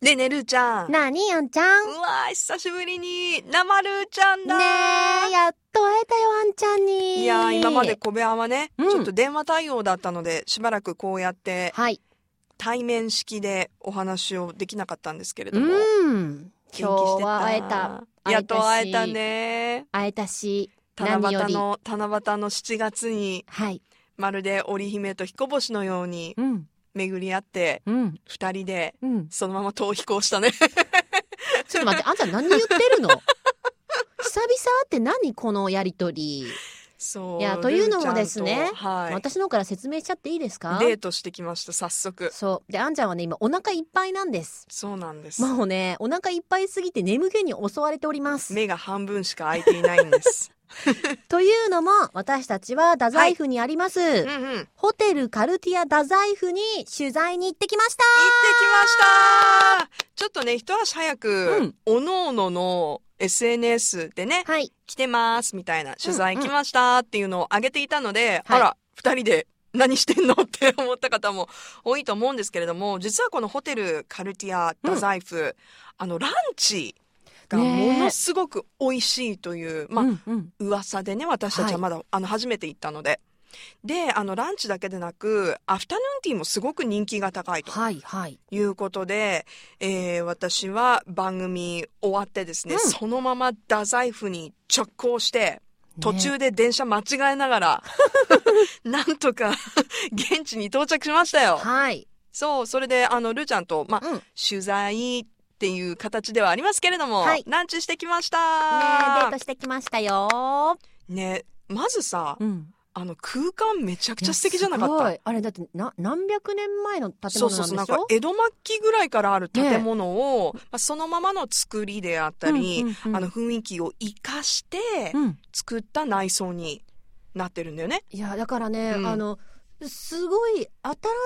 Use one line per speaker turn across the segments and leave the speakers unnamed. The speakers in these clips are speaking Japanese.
ねえねるーちゃん。うわ
なあにあんちゃん。ね
ー、久しぶりに、生るーちゃんだ
え、やっと会えたよ、あんちゃんに。
いやー、今まで。小部屋はね、
うん
ちょっと電話対応だったので、しばらくこうやって
はい。
対面式でお話をできなかったんですけれ
う
ども。元
ん。
気して
今日は会えた。。
やっと会えた
会えたし
ね。
会えたし、
七
何よ
夕
り
の、七夕の7月に、
はい。
まるで織姫と彦星のように
うん。
巡り合って、
うん。
二人で、
うん。
そのまま逃避行したね。
ちょっと待って、あんちゃん何言ってるの 久々って何このやりとり。
そう。
いやというのも
ルーちゃんと
ですね
はい。
私の方から説明しちゃっていいですか
デートしてきました、早速。
そう。で、あんちゃんはね、今お腹いっぱいなんです。
そうなんです。
もうね、お腹いっぱいすぎて眠気に襲われております。
目が半分しか開いていないん です。
というのも、私たちは太宰府にあります、
うんうん。行ってきまし
ホテルカルティア太宰府に取材に行ってきました
たちょっとね、一足早く、
うん
おのおのの SNS でね、
はい。
来てますみたいな、取材来ましたっていうのを上げていたので、
は
あ
い
ら、二人で何してんのって思った方も多いと思うんですけれども、実はこのホテルカルティア太宰府、あの、ランチがものすごく美味しいという、まあ、
うんうん
噂でね、私たちはまだ、あの、初めて行ったので。で、あの、ランチだけでなく、アフタヌーンティーもすごく人気が高いと
はい、はい。
いうことで、えー私は番組終わってですね、
うん
そのまま太宰府に直行して、途中で電車間違えなが ら、なんとか現地に到着しましたよ。
はい。
そう、それで、あの、ルーちゃんと、まあ、
うん。ね
取材っていう形ではありますけれども、
はい
ランチしてきました
デートしてきましたよ。
ね、まずさ、
うん。
あの空間めちゃく
め
ちゃ素敵じゃなかった。
あれだって、な、何百年前の建物なんでし
そ
ょ
うそうそう、なんか江戸末期ぐらいからある建物を、まあ、そのままの作りであったり、
うんうんうん
あの雰囲気を生かして
うん。
作った内装になってるんだよね。
いや、だからね、
うん
あの、すごい新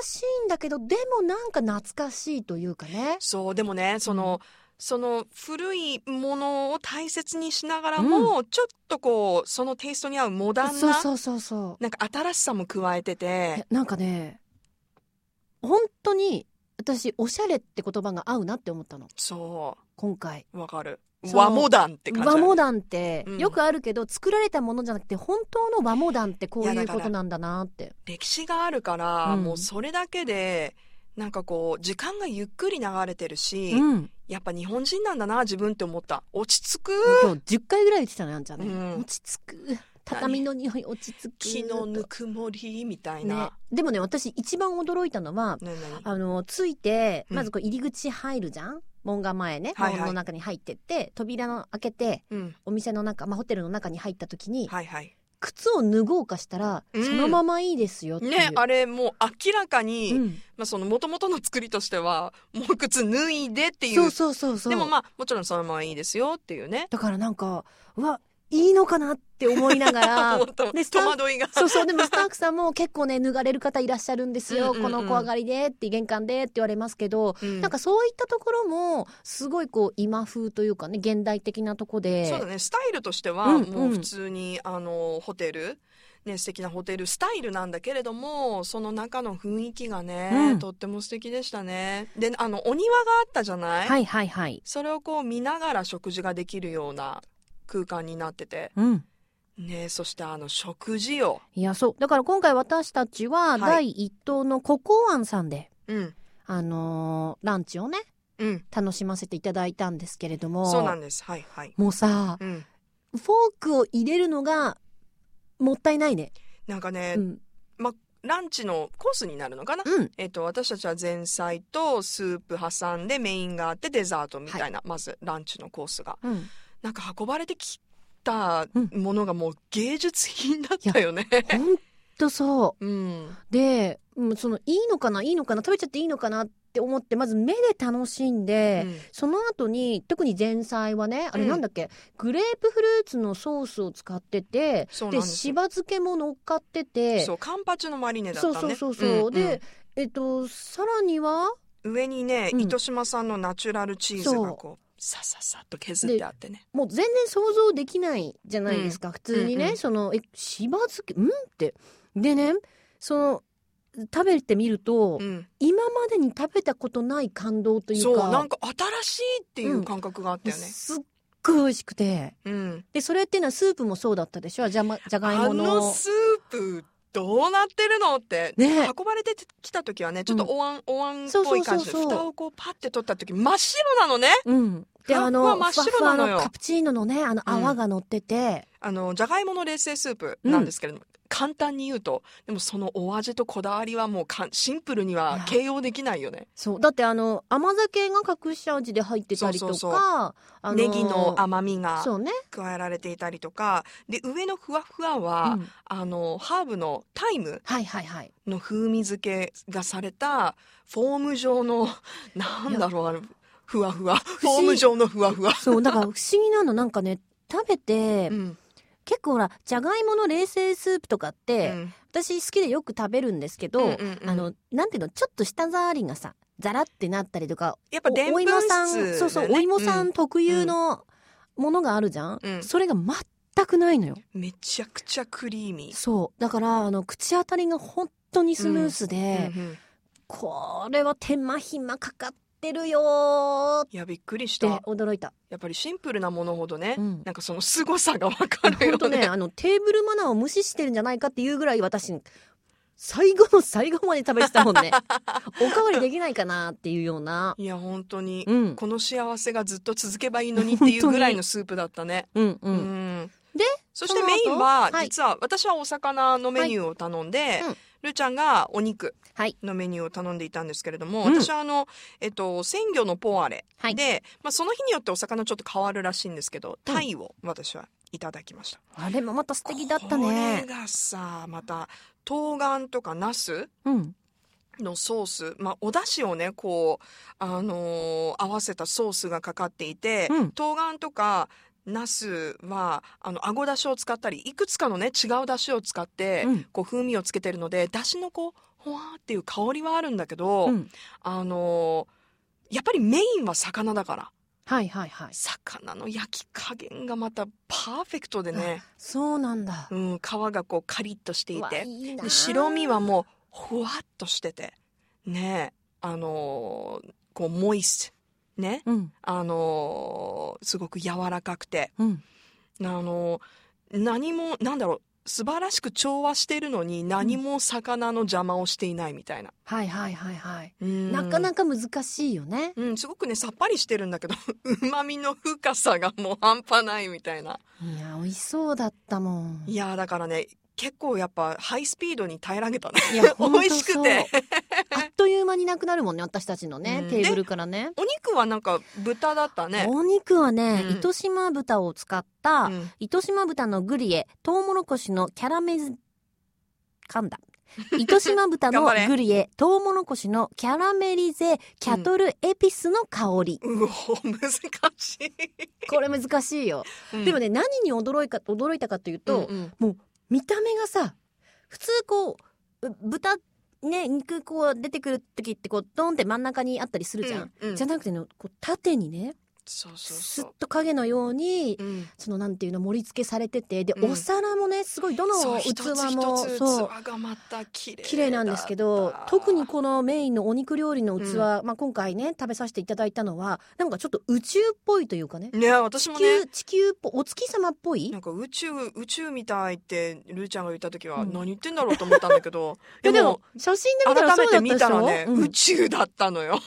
しいんだけど、でもなんか懐かしいというかね。
そう、でもね、その、その古いものを大切にしながらも、ちょっとこう、そのテイストに合うモダン
そう
な、
そうそうそう。
なんか新しさも加えてて
え、なんかね本当に私おしゃれって言葉が合うなって思ったの
そ
今回
う、わかる。
そう
和モダンって感じだ
和
ね。
モダンって
うん
よくあるけど、作られたものじゃなくて本当の和モダンってこう
い
い
や
う
だから
ことなんだなって
歴史があるから、
うん
もうそれだけでなんかこう時間がゆっくり流れてるし、
うん
やっぱ日本人なんだな自分って思った落ち着く
今日10回ぐらい言ってたのやんちゃんね、
うん
落ち着く畳の匂い落ち着く
木のぬくもりみたい
ね
な、
でもね私一番驚いたのは
ねね
あのついて
うん
まずこう入り口入るじゃん、門が前ね
はいはい
門の中に入ってって扉の開けて
うん
お店の中、まあ、ホテルの中に入った時に、
はいはい
靴を脱ごうかしたら、
うん
そのままいいですよっていう。
ねあれもう明らかに、
うん
まあ、その元々の作りとしてはもう靴脱いでっていう
そうそうそうそう。
でもまあもちろんそのままいいですよっていうね
だからなんか、うわ、いいのかなって思いなが ら
もっ、と
でス
戸
タッフ
惑いが
そうそう、でもスタッフさんも結構ね、脱がれる方いらっしゃるんですよ。
うんうんうん
この小上がりでって、玄関でって言われますけど、
うん
なんかそういったところも、すごいこう、今風というかね、現代的なとこで。
そうだね、スタイルとしては、
うん
もううん普通に、あの、ホテル、ね、素敵なホテルスタイルなんだけれども、その中の雰囲気がね、
うん
とっても素敵でしたね。で、あの、お庭があったじゃない、
はいはいはい。
それをこう見ながら食事ができるような空間になってて、
うん。
ね、そしてあの、食事を、
いや、そう。だから今回私たちは、
い
第一党のココアンさんで、
うん、
あのーランチをね、
うん、
楽しませていただいたんですけれども
そうなんです。はい、はい。
もうさ
うん。
フォークを入れるのがもったいないね。
なんかね、
うん
ランチのコースになるのかな
うん
えっと、私たちは前菜とスープ挟んでメインがあってデザートみたいな、まずランチのコースが。
うん、
なんか運ばれてきた
うん
ものがもう芸術品だったよね。
ほんとそ
うん。
うで、うん、そのいいのかないいのかな食べちゃっていいのかなって思ってまず目で楽しんで、
うん
その後に特に前菜はねあれ
うん
なんだっけ、グレープフルーツのソースを使ってて
そうなん
で
です
し
よ。
ば漬けも乗っかってて
そう、カンパチのマリネだった
そ
ね
う。そうそうそう、
ん
で、えっとさらには
うん上にね、
うん
糸島産のナチュラルチーズがこう、さささっと削ってあってね。
もう全然想像できないじゃないですか、普通にね、
うんうん
そのえしば漬けんってでねその食べてみると、
うん、
今までに食べたことない感動という
そう
か
なんか新しいっていう感覚があったよね、
すっごい美味しくて
うん、
でそれっていうのはスープもそうだったでしょじゃまじゃがい
あ
もの
のスープどうなってるのって、
ね
運ばれてきた時はねちょっと
うん
お椀、お椀っ
そう
ぽ
そ
いう
そ
感
う
じで
そう
蓋をこうパッて取った時真っ白なのね
うん、
ふ
で
わっ
あ
ふわ
の
真
ふわ
っ白
ふわ
なのよ
のカプチーノのねあの泡が乗ってて、
あのじゃがいもの冷製スープなんですけれども、簡単に言うとでもそのお味とこだわりはもうかんシンプルには形容できないよね
そうだってあの甘酒が隠し味で入ってたりとか
そうそうそう
あの
ネギの甘みが
そうね、
加えられていたりとかで上のふわふわ
う
は、
ん、
あのハーブのタイム
はいはいはい
の風味付けがされたフォーム状のなんだろうあれふわふわフォ
思議
ーム状のふわふわ、
そうだから不思議なのなんかね食べて、
うん
結構ほらじゃがいもの冷製スープとかっ
う
て、
ん
私好きでよく食べるんですけど、
うんうんうん
あのなんていうのちょっと舌触りがさザラってなったりとか
やっぱでん
お
ぷん
芋さん、
質
そうそう
だよね
お芋さん特有のものがあるじゃん、
うん
それが全くないのよ
うんめちゃくちゃクリーミー、
そうだからあの口当たりが本当にスムースで、
うんうん
これは手間暇かかってるよーっ
いやびっくりしてた
驚いた、
やっぱりシンプルなものほどね、
うん
なんかその凄さがわかるよ
本当ね
ね
あのテーブルマナーを無視してるんじゃないかっていうぐらい私最後の最後まで食べてたもん ねおかわりできないかなっていうようない
や本当に、
うん
この幸せがずっと続けばいいのにっていうぐらいのスープだったね
うんう
うんん
で
そしてメインは
その後はい
実は私はお魚のメニューを頼んで、
うん
るーちゃんがお肉
はい
のメニューを頼んでいたんですけれども、
うん
私はあの、えっと、鮮魚のポワレ
はい
で、まあ、その日によってお魚ちょっと変わるらしいんですけどタイを私はいただきました。
あれもまた素敵だった
これ
ね
がさまた冬瓜とかナス
うん
のソース、まあ、お出汁をねこう、あのー合わせたソースがかかっていて、
うん
冬瓜とかナスはあのごだしを使ったりいくつかのね違うだしを使って、
うん
こう風味をつけてるのでだしのこうほわーっていう香りはあるんだけど、
うん
あのーやっぱりメインは魚だから
はいはいはい
魚の焼き加減がまたパーフェクトでね、
そうなんだ
うん、皮がこうカリッとしていう
わ
て
いいな
で白身はもうほわっとしててねえあのーこうモイストね
うん
あのーすごく柔らかくて
うん
あのー何もなんだろう素晴らしく調和してるのに何も魚の邪魔をしていないみたいな、
はいはいはいはい
うん
なかなか難しいよね
うん、すごくねさっぱりしてるんだけど うまみの深さがもう半端ないみたいない
や美味しそうだったもん
いやーだからね結構やっぱハイスピードに耐えられたね
いや
美味しくて
本当そうあっという間になくなるもんね私たちのね、
うん
テーブルからね
お肉はなんか豚だったね
お肉はね、
うん
糸島豚を使った、
うん
糸島豚のグリエトウモロコシのキャラメル噛んだ 糸島豚の
頑張れ
グリエトウモロコシのキャラメリゼキャトルエピスの香り、
うお難し い、
これ難しいよ、でも
ね
ね何に驚いか驚いたかというと、
うんうん
見た目がさ普通こうう豚ね肉こう出てくる時ってこうドンって真ん中にあったりするじゃん、
うんうん
じゃなくてねこう縦にね
そうそう
す
そ
っ
う
と影のように、
うん
そのなんていうの盛り付けされててで、
うん
お皿もねすごいど
そう
の
一
器
つ
も
一つ
そう
器がまた綺麗
綺麗なんですけ
だ
ど
った
特にこのメインのお肉料理の器、まあ、今回ね食べさせていただいたのはなんかちょっと宇宙っぽいというかね
ね私
地
も
球
ね
地球っぽお月様っぽい
なんか宇宙宇宙みたいってルーちゃんが言った時は
うん
何言ってんだろうと思ったんだけど、
いや
で
で
も
も写真で見た
改
らそ
めて
うだった
見
でした
ら
ょ
ね、
うん
宇宙だったのよ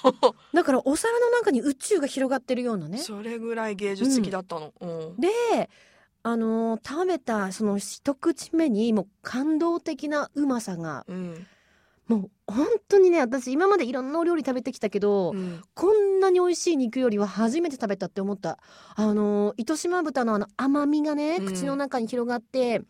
だからお皿の中に宇宙が広がってるようなね。
それぐらい芸術的だったの、うん
で、あのー食べたその一口目にもう感動的なうまさが、
うん
もう本当にね、私今までいろんなお料理食べてきたけど、
うん
こんなに美味しい肉よりは初めて食べたって思った。あのー糸島豚のあの甘みがね、
うん
口の中に広がって、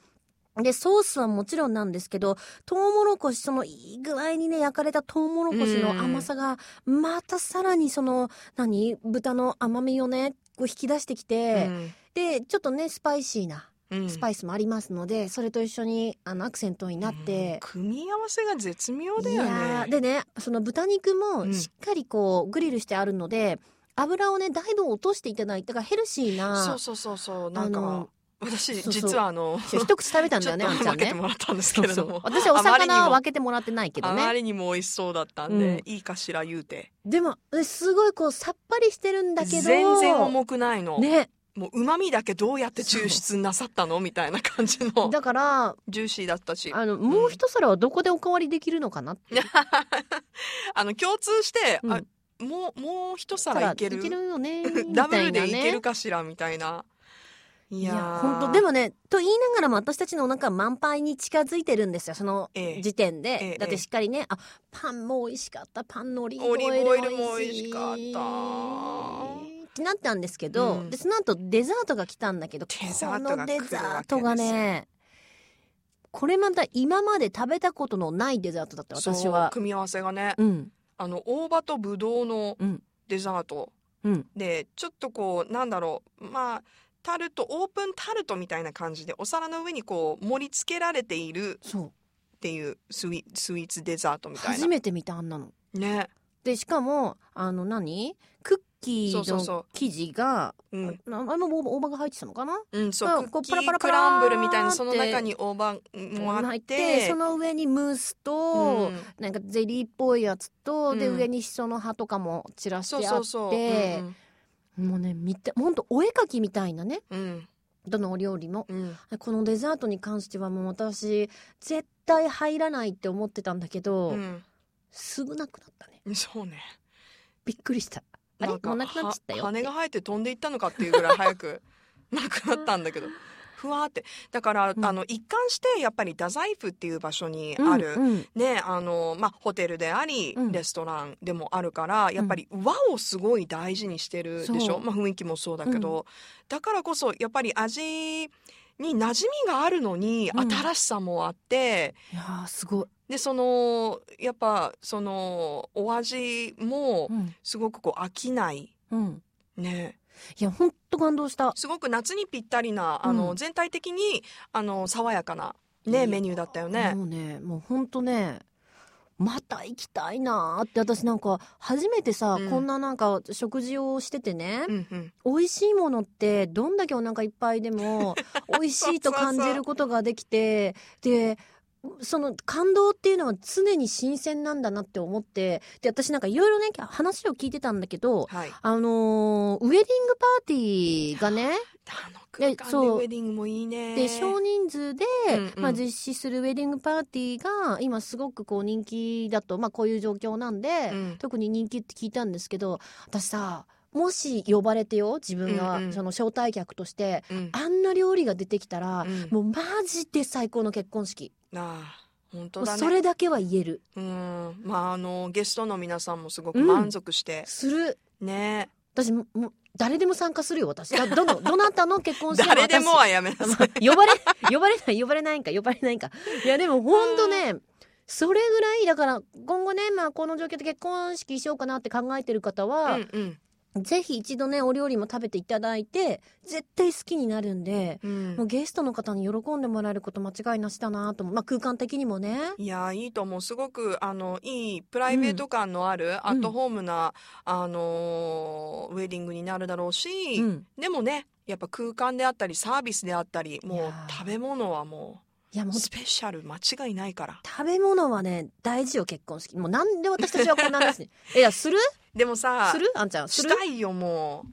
で、ソースはもちろんなんですけど、トウモロコシ、そのいい具合にね、焼かれたトウモロコシの甘さが、またさらにその、何豚の甘みをね、こう引き出してきて、で、ちょっとね、スパイシーな、
うん
スパイスもありますので、それと一緒に、あの、アクセントになっ
うん
て、
組み合わせが絶妙だよ
いやー
ね
でねその豚肉
うん
もしっかりこうグリルしてあるので、油をねだいぶ落としていただいてだからヘルシーな
そうそうそうそうなん
あ
か
の
私
そうそう
実はあの
一口食べた ん
ち
だ
ょ
よ
っと
ねあんちゃ
分
ん
けて
ね
もらったんですけれども
私はお
あまりに
魚は
も
分けてもらってないけど
あま
ね
りにも美味しそうだったんで、
うん
いいかしら言うて
でもすごいこうさっぱりしてるんだけど
全然重くないの、
ね
もう旨味だけどうやって抽出なさったのみたいな感じの
だから
ジューシーだった しあ
あのもう一皿はどこでおかわりできるのかなって、
の共通して、
うん
あもうもう一皿
皿
いける
できるよね
ダブルでい
みた
け
いな
る
ね
かしらみたいないいや
や
ー
本当でもねと言いながらも私たちのお腹は満杯に近づいてるんですよその
ええ
時点で、
ええ
だってしっかりねあパンも美味しかったパンのオリーブ
オリーブ
オ
オ
イ
イ
ル
ル
も
も
美
美味
味し
し
か
かっ
っ
た
たってなったんですけど、
うん
でその後デザートが来たんだけど
デザートが来るわけですよ
このデザートがねこれまた今まで食べたことのないデザートだって私
そう
は
組み合わせがね
うん
あの大葉とぶどうの
うん
デザート、
うん
でちょっとこうなんだろうまあタルトオープンタルトみたいな感じでお皿の上にこう盛り付けられている
そう
っていうスイスイーツデザートみたい
初
な
めて見たあんなの
ね、
でしかもあの何クッキ
そうそう
ー
そ
の
う
生地が
うん、
ああの大葉大葉が入ってたのかな
うん、そ
まあ
う、ク
こう
ッキ
パラパ
ー
ラパ
ク
ラ
ランブル
ー
みたいな、
って
その中に大葉もあ
入
っ
って
て、
その上にムースと、
うん
なんかゼリーっぽいやつと、で
うん
上にシソの葉とかも散らしてあ
そ
っ
うそ
て
うそう、うん
もうね見てほんとお絵描きみたいなね
うん、
どのお料理も
うん、うん
このデザートに関してはもう私絶対入らないって思ってたんだけど、すぐなくなったね
うんそうね。
びっくりしたあれ
んか
もうなくなっちゃったよ
は
って
羽が生えて飛んでいったのかっていうぐらい早くなくなったん だけど。ふわーってだから、
うん
あの一貫してやっぱり太宰府っていう場所にある、
うんうん
ねあのまあ、ホテルであり、
うん
レストランでもあるからやっぱり和をすごい大事にしてるでし
そう
ょ、まあ、雰囲気もそうだけど、だからこそやっぱり味に馴染みがあるのに
うん
新しさもあって、
いやーすごい、
でそのやっぱそのお味も
うん
すごくこう飽きない。
うん、
ね、
いやほんと感動した
すごく夏にぴったりなあ
う
の
ん
全体的にあの爽やかないね
い
メニューだったよね。
もうね、もう本当ね、また行きたいなーって私なんか初めてさ、
うん
こんななんか食事をしててね、
うんうん、
美味しいものってどんだけお腹いっぱい でも美味しいと感じることができて、で。その感動っていうのは常に新鮮なんだなって思ってで私なんかいろいろね話を聞いてたんだけど
はい。
あのーウェディングパーティーがね
あの空
で
間で
そう
ウェディングもいいね。
で少人数で、
うんうん
まあ、実施するウェディングパーティーが今すごくこう人気だと、まあ、こういう状況なんで、
うん
特に人気って聞いたんですけど私さもし呼ばれてよ自分が、
うんうん
その招待客として
うん
あんな料理が出てきたら、
うん
もうマジで最高の結婚式
ああ本
も
当
う
だ
そ
ね。
れだけは言える
うんまああのゲストの皆さんもすごく満足して、
する
ね
私もう誰でも参加するよ私だどのどなたの結婚式も
誰で
私
もはやめなさい。
呼ばれ、 呼ばれない、呼ばれないんか、呼ばれないんか。いや、でもほんとね、それぐらい、だから、今後ね、まあ、この状況で結婚式しようかなって考えてる方
う
は、
んうん
ぜひ一度ね、お料理も食べていただいて、絶対好きになるんで、
うん
もうゲストの方に喜んでもらえること間違いなしだなと思う。まあ、空間的にもね。
いやーいいと思うすごくあのいいプライベート感のある、アットホームな、あのーウェディングになるだろうし、
うん。
でもねやっぱ空間であったりサービスであったり
い
もう
やー
食べ物はも
いや、も
う
う、
スペシャル間違いないから
食べ物はね、大事よ、結婚式。もう、なんで私たちはこんな話に。 え、いや、する
でもさ
するあんちゃん。す
し
る
たいよも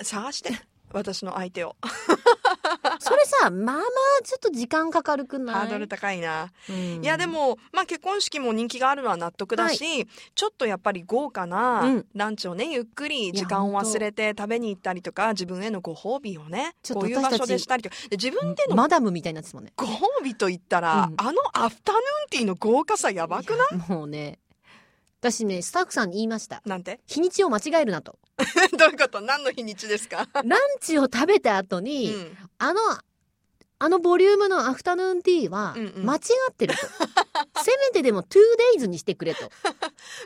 う探して私の相手を
それさ、まあまあ、ちょっと時間かかるくない
ハードル高いな、
うん
いやでも、まあ、結婚式も人気があるのは納得だし、ちょっとやっぱり豪華
う
なんランチをねゆっくり
や
時間を
本当
忘れて食べに行ったりとか自分へのご褒美をね
ちょ
こ
っ
とういう
私
場
たち
所でしたりとかで自分での
マダムみたいになってたもんね
ご褒美と言ったら、
うん
あのアフタヌーンティーの豪華さやばくない
いやもうね私ねスタッフさんに言いました
なんて
日にちを間違えるなと
どういうこと何の日にちですか、
ランチを食べた後
う
に、
ん、
あのあのボリュームのアフタヌーンティーは
うんうん
間違っ てると、せめてでも 2days にしてくれと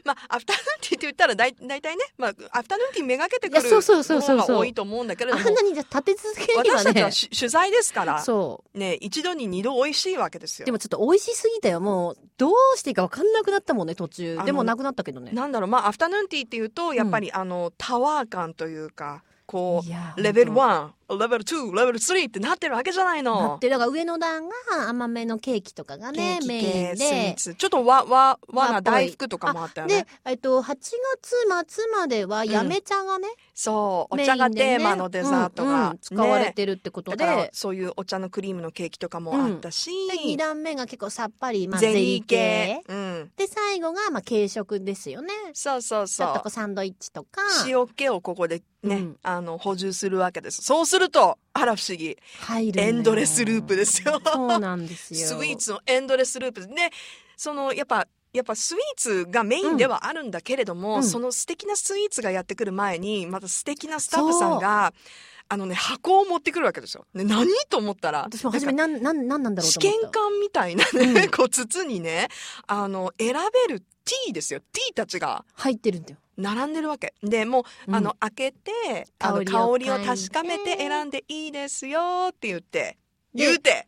まあアフタヌーンティーって言ったらだい大体ね、まあ、アフタヌーンティーめがけて
い
く
や
る
そうそうそうそ
方
う
が
そ
多
う
いと思うんだけれ
あ
ども
んなにじゃ立て続けには
私たち
ね
はし取材ですから、
そ
ね、一度に二度美味しいわけです
う
よ
で。もちょっと美味しすぎたよもうどうしていいか分かんなくなったもんね途中
あの
でもなくなったけどね
なんだろう、まあ、アフタヌーンティーっていうと、やっぱり、あの、タワー感というか、こ
いや
う、レベル
本
1、レベル2レベル3ってなってるわけじゃない
だっ
の。
てだから上の段が甘めのケーキとかが
ケ
ね
ーキ系
メイン
スイー
で。
ツちょっと和和和
和
な
っぽい
大福とかもあったよね
で。、えっと、8月末まではやめ茶がね、
そうお
メイン
茶が
でね
テーマのデザート
うん
が、
うん使われ
ね
てるってこと
だ
で,、
からそういうお茶のクリームのケーキとかもあったし、
で2段目が結構さっぱり、まあ、
ゼ
ゼ
リ
リ
ー
ー
系
系、
うん、
で最後が、まあ、軽食ですよね
そうそう
ちょっと
そ
こうサンドイッチとか
う塩気をここでね、
うん
あの補充するわけですそうするとあら不思議
入るのよ
エンドレスループですよ
そうなんですよ
スイーツのエンドレスループねそのやっぱやっぱスイーツがメインではあるんだけれども、
うん
その素敵なスイーツがやってくる前にまた素敵なスタッフさんがあのね箱を持ってくるわけですよ。ね、何と思ったら
私も初めなんなんなんなんだろう
試
と思
験
った
管みたいなね、
うん
こう筒にねあの選べるティーですよティーたちが
入ってるんだよ、
並んでるわけでもう、
うん
あの開けてあの香
香
り
り
を
を
確かめて
嗅いで
選んでいいですよって言って
で
言うて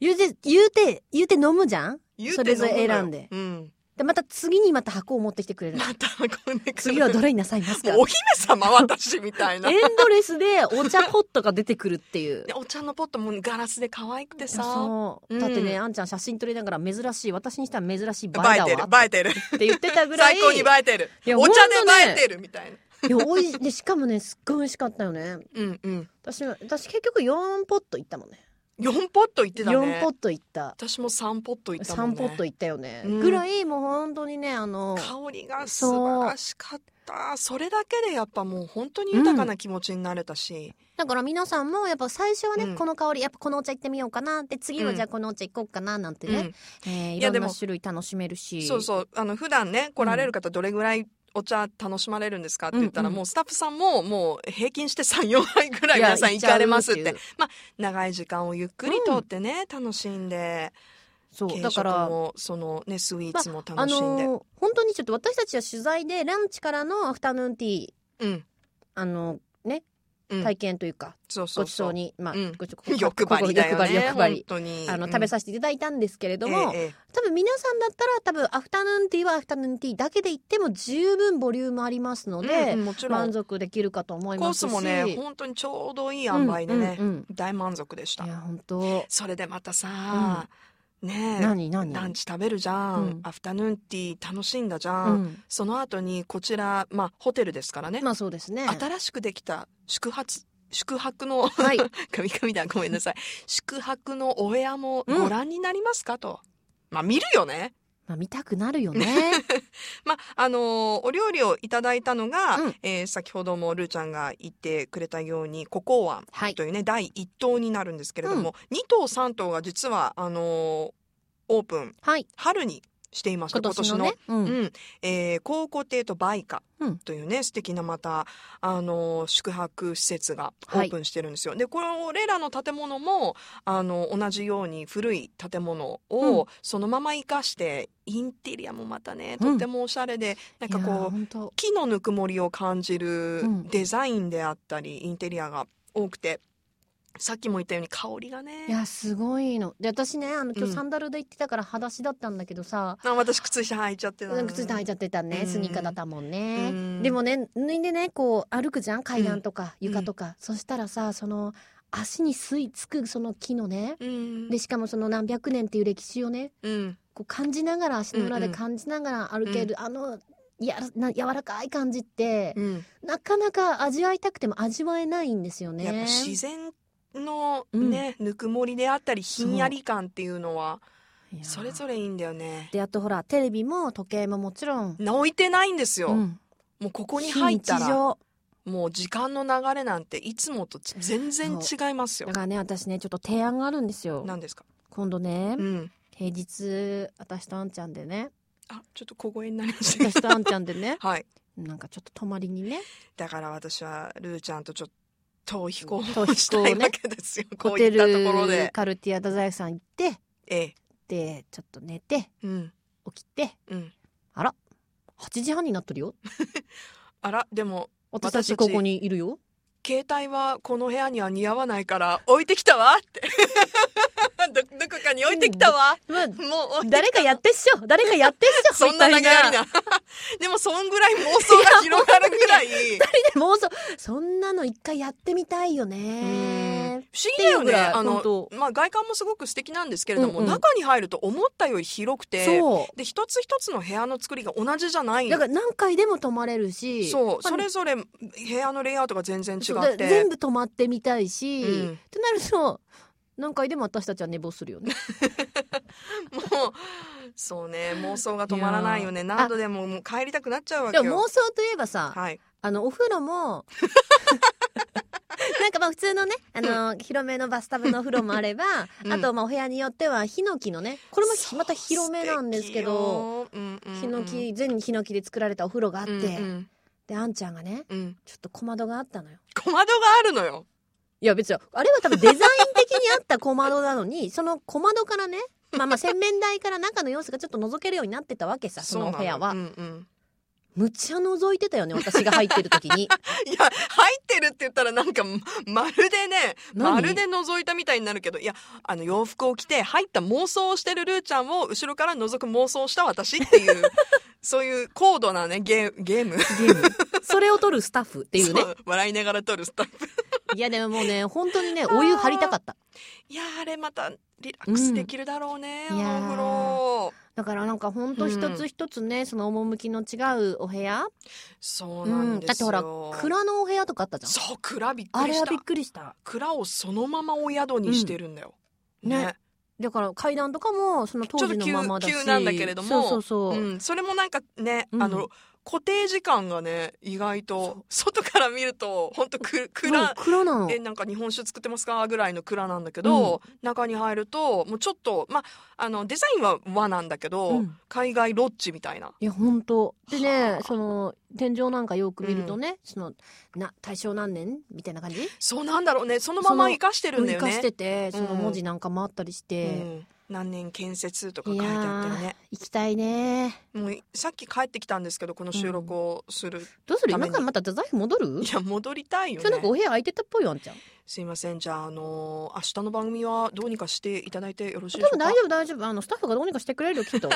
言うて言うて言うて飲むじゃん
言うて
それぞれ
飲むのよ
選んで
うん、
でまた次にまた箱を持ってきてくれる
また運んでくる
次はどれになさいますか
もうお姫様私みたいな
エンドレスでお茶ポットが出てくるっていう。
でお茶のポットもガラスで可愛くてさ
そう
うん
だってね、あんちゃん写真撮りながら珍しい私にしたら珍しい映え
映
だ
えてる
わ
映えてる
って言ってたぐらい
最高に映えてる
いや
お茶
ほんと
で映え
ね
てるみたいな、
いやおいしでしかもねすっごい美味しかったよね
うんうん
私私結局4ポット行ったもんね
4ポット行ってたね
四4ポット行った
私も3ポット行ったもん
3
ね
ポット行ったよね、
うん
ぐらいもう本当にねあの
香りが素晴らしかったそれだけでやっぱもう本当に豊かな気持ちになれたし、
だから皆さんもやっぱ最初はね、
うん
この香りやっぱこのお茶行ってみようかなで次
う
は
ん
じゃあこのお茶行こうかななんて
う
ね、
ん
えーい
や
ろ
で
ん
も
な種類楽しめるし
そうそうあの普段ね来られる方どれぐらいお茶楽しまれるんですかって言ったら、
うんうん
もうスタッフさんももう平均して34杯ぐらい
いや
皆さん行かれますって
行っちゃうって
長い時間をゆっくりとってね、楽しんで
そう
軽
だか
食
ら
もそのねスイーツも
あ
楽しんで、
のー本当にちょっと私たちは取材でランチからのアフタヌーンティー
うん
あのね
うん
体験というか、
そうそ
ご
う
ちそ
そうう
にまあ、
うん
ごちここ
欲張りだよ
ここ
ね
欲張り欲張
本
り
当に
あの食べ
せ
させていただいたんですけれど
て
も、
ええ
多分皆さんだったら多分アフタヌーンティーはアフタヌーンティーだけで行っても十分ボリュームありますの
ええ
で、
うんうんもちろん
満足できるかと思い
コー
ますし
スもね本当にちょうどいい塩梅でね、
うんうん
大満足でし
うんいや
た
本当
それでまたさ、ね
何
え
何
ランチ食べるじゃん、
うん
アフタヌーンティー楽しんだじゃ、
うんん、
その後にこちらまあホテルですからね、
まあそうですね
新しくできた宿泊宿泊の
はい
神々だごめんなさ い宿泊のお部屋もご覧になりますかと、まあ見るよね
まあ見たくなる よね
まああのーお料理をいただいたのが、
うん
えー先ほどもルーちゃんが言ってくれたようにココアン
はい
というね第1棟になるんですけれども、2棟3棟が実はあのーオープン
はい
春にしていました
今年のねうん
うんえー、高校亭とバイカ
うん
というね、素敵なまた、あのー宿泊施設がオ
はい
ープンしてるんですよ。でこれらの建物もあの同じように古い建物をそのまま生かして、インテリアもまたねとってもおしゃれで、なんか
いや
こう
本当
木のぬくもりを感じる
うん
デザインであったり、インテリアが多くてさっきも言ったように香りが
い
ね
やすごいので私ねあの今
うん
日サンダルで行ってたから裸足だったんだけどさ、
あ私靴下履いちゃってた
なん、靴下履いちゃってたね、
うん
スニーカーだったもんね、
うん
でもね脱いでねこう歩くじゃん階段とか
うん
床とか、そしたらさその足に吸い付くその木のね
うん
でしかもその何百年っていう歴史をね
うん
こう感じながら足の裏
う
で
んうん
感じながら歩ける、あのやらな柔らかい感じって、
うん
なかなか味わいたくても味わえないんですよね。
やっぱ自然のね、ぬくもりであったりひんやり感っていうのはい
や
それぞれいいんだよね。
であとほらテレビも時計ももちろん、
置いてないんですよ、
うん
もうここに入った
非日
ら
常
もう時間の流れなんていつもと全然違いますよ
だ。からね私ねちょっと提案があるんですよ
何ですか、
今度ね、
うん、
平日私とあんちゃんでね
あちょっと小声になりました
私とあんちゃんでね
はい
なんかちょっと泊まりにね
だから私はルーちゃんとちょっと逃避行を
逃避行ね
したいわけですよ、こ
ホ
うい
テ
ったところ
ル
で。
カルティア太宰府さん行って
ええ
でちょっと寝て
うん
起きて
うん、
あら8時半になってるよ
あらでも
私たちここにいるよ
携帯はこの部屋には似合わないから置いてきたわって どどこかに置いてきたわ。
まあ
もう置いてきた
誰かやってっしょ誰かやってっしょ
そんな流れ
みた い
な。でもそんぐらい妄想が広がるぐ らい。
でもそそんなの一回やってみたいよね。
不思議だよ
っていうぐ
ね。
らい
あ
本当
の、まあ、外観もすごく素敵なんですけれども、
うんうん
中に入ると思ったより広くて、
そ
で、一つ一つの部屋の作りが同じじゃな
う
い。
だから何回でも泊まれるし
そう、
まあ
それぞれ部屋のレイアウトが全然違
そうだ
って。
全部泊まってみたいし、
うん
ってなると何回でも私たちは寝坊するよね。
もう、そうね、妄想が止まらないよね。何度でももう帰りたくなっちゃうわけ
で
よ。
も妄想といえばさ、
はい。
あのお風 呂もなんかまあ普通のねあの、広めのバスタブのお風呂もあれば、
うん
あとまあお部屋によってはヒノキのねこれも
そう
また広めなんですけど。、
素敵ようんうんうん
ヒノキ全ヒノキで作られたお風呂があって、
うんうん
であんちゃんがね
うん
ちょっと小窓があったのよ。
小窓があるのよ。
いや別にあれは多分デザイン的にあった小窓なのに その小窓からねまあまあ洗面台から中の様子がちょっと覗けるようになってたわけさそのお部屋は、
そうなのうんうん
むちゃ覗いてたよね私が入ってる時 に
いや、入ってるって言ったらなんか、ままるでね、
何
まるで覗いたみたいになるけど、いや、あの、洋服を着て、入った妄想をしてるルーちゃんを、後ろから覗く妄想をした私って いう、そういう高度なね、ゲーゲーム。っ
ゲームそれを撮るスタッフって
て
いうね
笑いながら撮るスタイル
いやでももうね本当にねお湯張りたかった
いやーあれまたリラックスできるだろうね、
うん
あのお風呂
だからなんか本当一つ一つね、その趣の違うお部屋
そうなん
だ
で
っ
す
て
よ、
ほら蔵のお部屋とかあったじゃん
そう蔵びっ
あ
くり
れ
し
は
た
びっくりした
蔵をそのままお宿にしてるんだよ、
うん
ね
ねだから階段とかもその当時のままだし
ちょっと急急なんだけれども
そうそうそう、
うん、それもなんかね、
うん
あの固定時間がね意外と外から見ると本当く
うん
蔵
蔵なの
えなんか日本酒作ってますかぐらいの蔵なんだけど、中に入るともうちょっとまああのデザインは和なんだけど、
うん
海外ロッジみたいない
や本当で
は
ね
あ
その天井なんかよく見るとね、そのな大正何年みたいな感じ
そうなんだろうねそのまま生かしてるんだ
生
よね
かしててその
うん
文字なんかもあったりして、
うん、何年建設とか書いてあってね
行きたいね
もうさっき帰ってきたんですけどこの収録をする、
どうする
ため
今
に
からまた太宰府戻る
いや戻りたいよ
今日なんかお
ね
部屋空いてたっぽいよあんちゃん
すいませんじゃあ、あのー明日の番組はどうにかしていただいてよろしいで
多
しょう
分
か
大丈夫大丈夫あのスタッフがどうにかしてくれるよき っと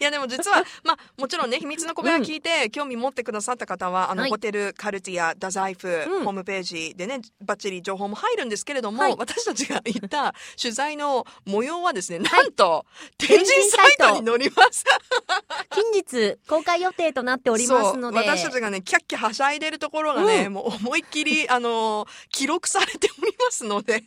いやでも 実はまあもちろんね秘密の小部屋聞いて、興味持ってくださった方はあの、
はい
ホテルカルティア太宰府、
うん
ホームページでねバッチリ情報も入るんですけれども、
はい
私たちが行 った取材の模様はですねなんと、天
天
神
神
サ
サ
イ
イト
トに載ります
近日公開予定となっておりますので
そう私たちがねキャッキャはしゃいでるところがね、
う
もう思いっきりあの記録されておりますので、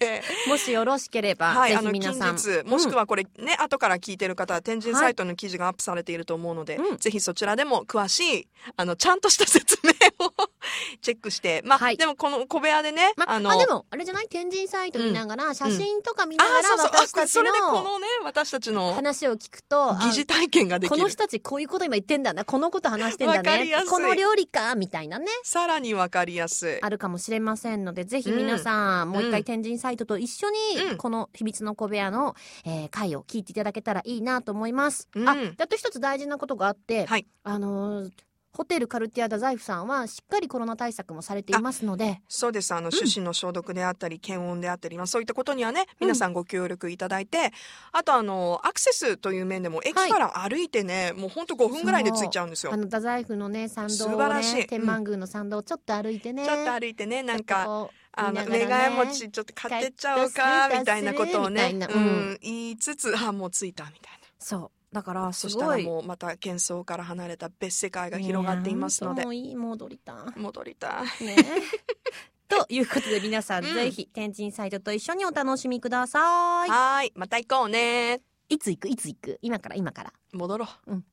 もしよろしければ、
はい、
ぜ
あ
ひ
の近
皆さん
日もしくはこれね、後から聞いてる方は天神サイトの記事がアップされていると思うので、
うん
ぜひそちらでも詳しいあのちゃんとした説明を チェックしてまあ、
はい
でもこの小部屋でね、
まあ、
あの
でもあれじゃない天神サイト見ながら、写真とか見なが
あ
ら、
そうそう
私た
あ
ち
それでこ
の
のね私たちの
話を聞くとあ
疑似体験ができ
こ
る
の人たちこういうこと今言ってんだなこのこと話してん
わ
だ
かり
ね
やすい
この料理かみたいなね
さらにわかりやすい。
あるかもしれませんのでぜひ皆さん、もう一
う
回
ん
天神サイトと一緒に、
うん
この秘密の小部屋の、えー回を聞いていただけたらいいなと思います、
うん
あであと一つ大事なことがあって、
はい
あのーホテルカルティアダザイフさんはしっかりコロナ対策もされていますので
そうです。あの、手指の消毒であったり、検温であったり、まあそういったことにはね、皆さんご協力いただいて、あとあの、アクセスという面でも、駅から歩いてね、もうほんと5分ぐらいで着いちゃうんですよ
あ。の太宰府のね参道
素
を
晴らしい
ね天満宮の参道をちょっと歩いてね、
ちょっと歩いてね、なんか、
こう
あの、
見ながらね
梅ヶ谷餅ちょっと買ってっちゃおう
買
か、
っちゃう
みたいなことを
みた
ね
いな、
う
うん
ん、言いつつ、あ、もう着いた、みたいな。
そうだからす
そした
ご
ら
い
もうまた喧騒から離れた別世界が広がっていますの
ねえ
で
ほんとも、ういい戻りた
戻りたい。
いね ということで皆さん、
うん
ぜひ天神サイトと一緒にお楽しみください
はーい、また行こうね。
いつ行くいつ行く今から今から
戻ろう。
うん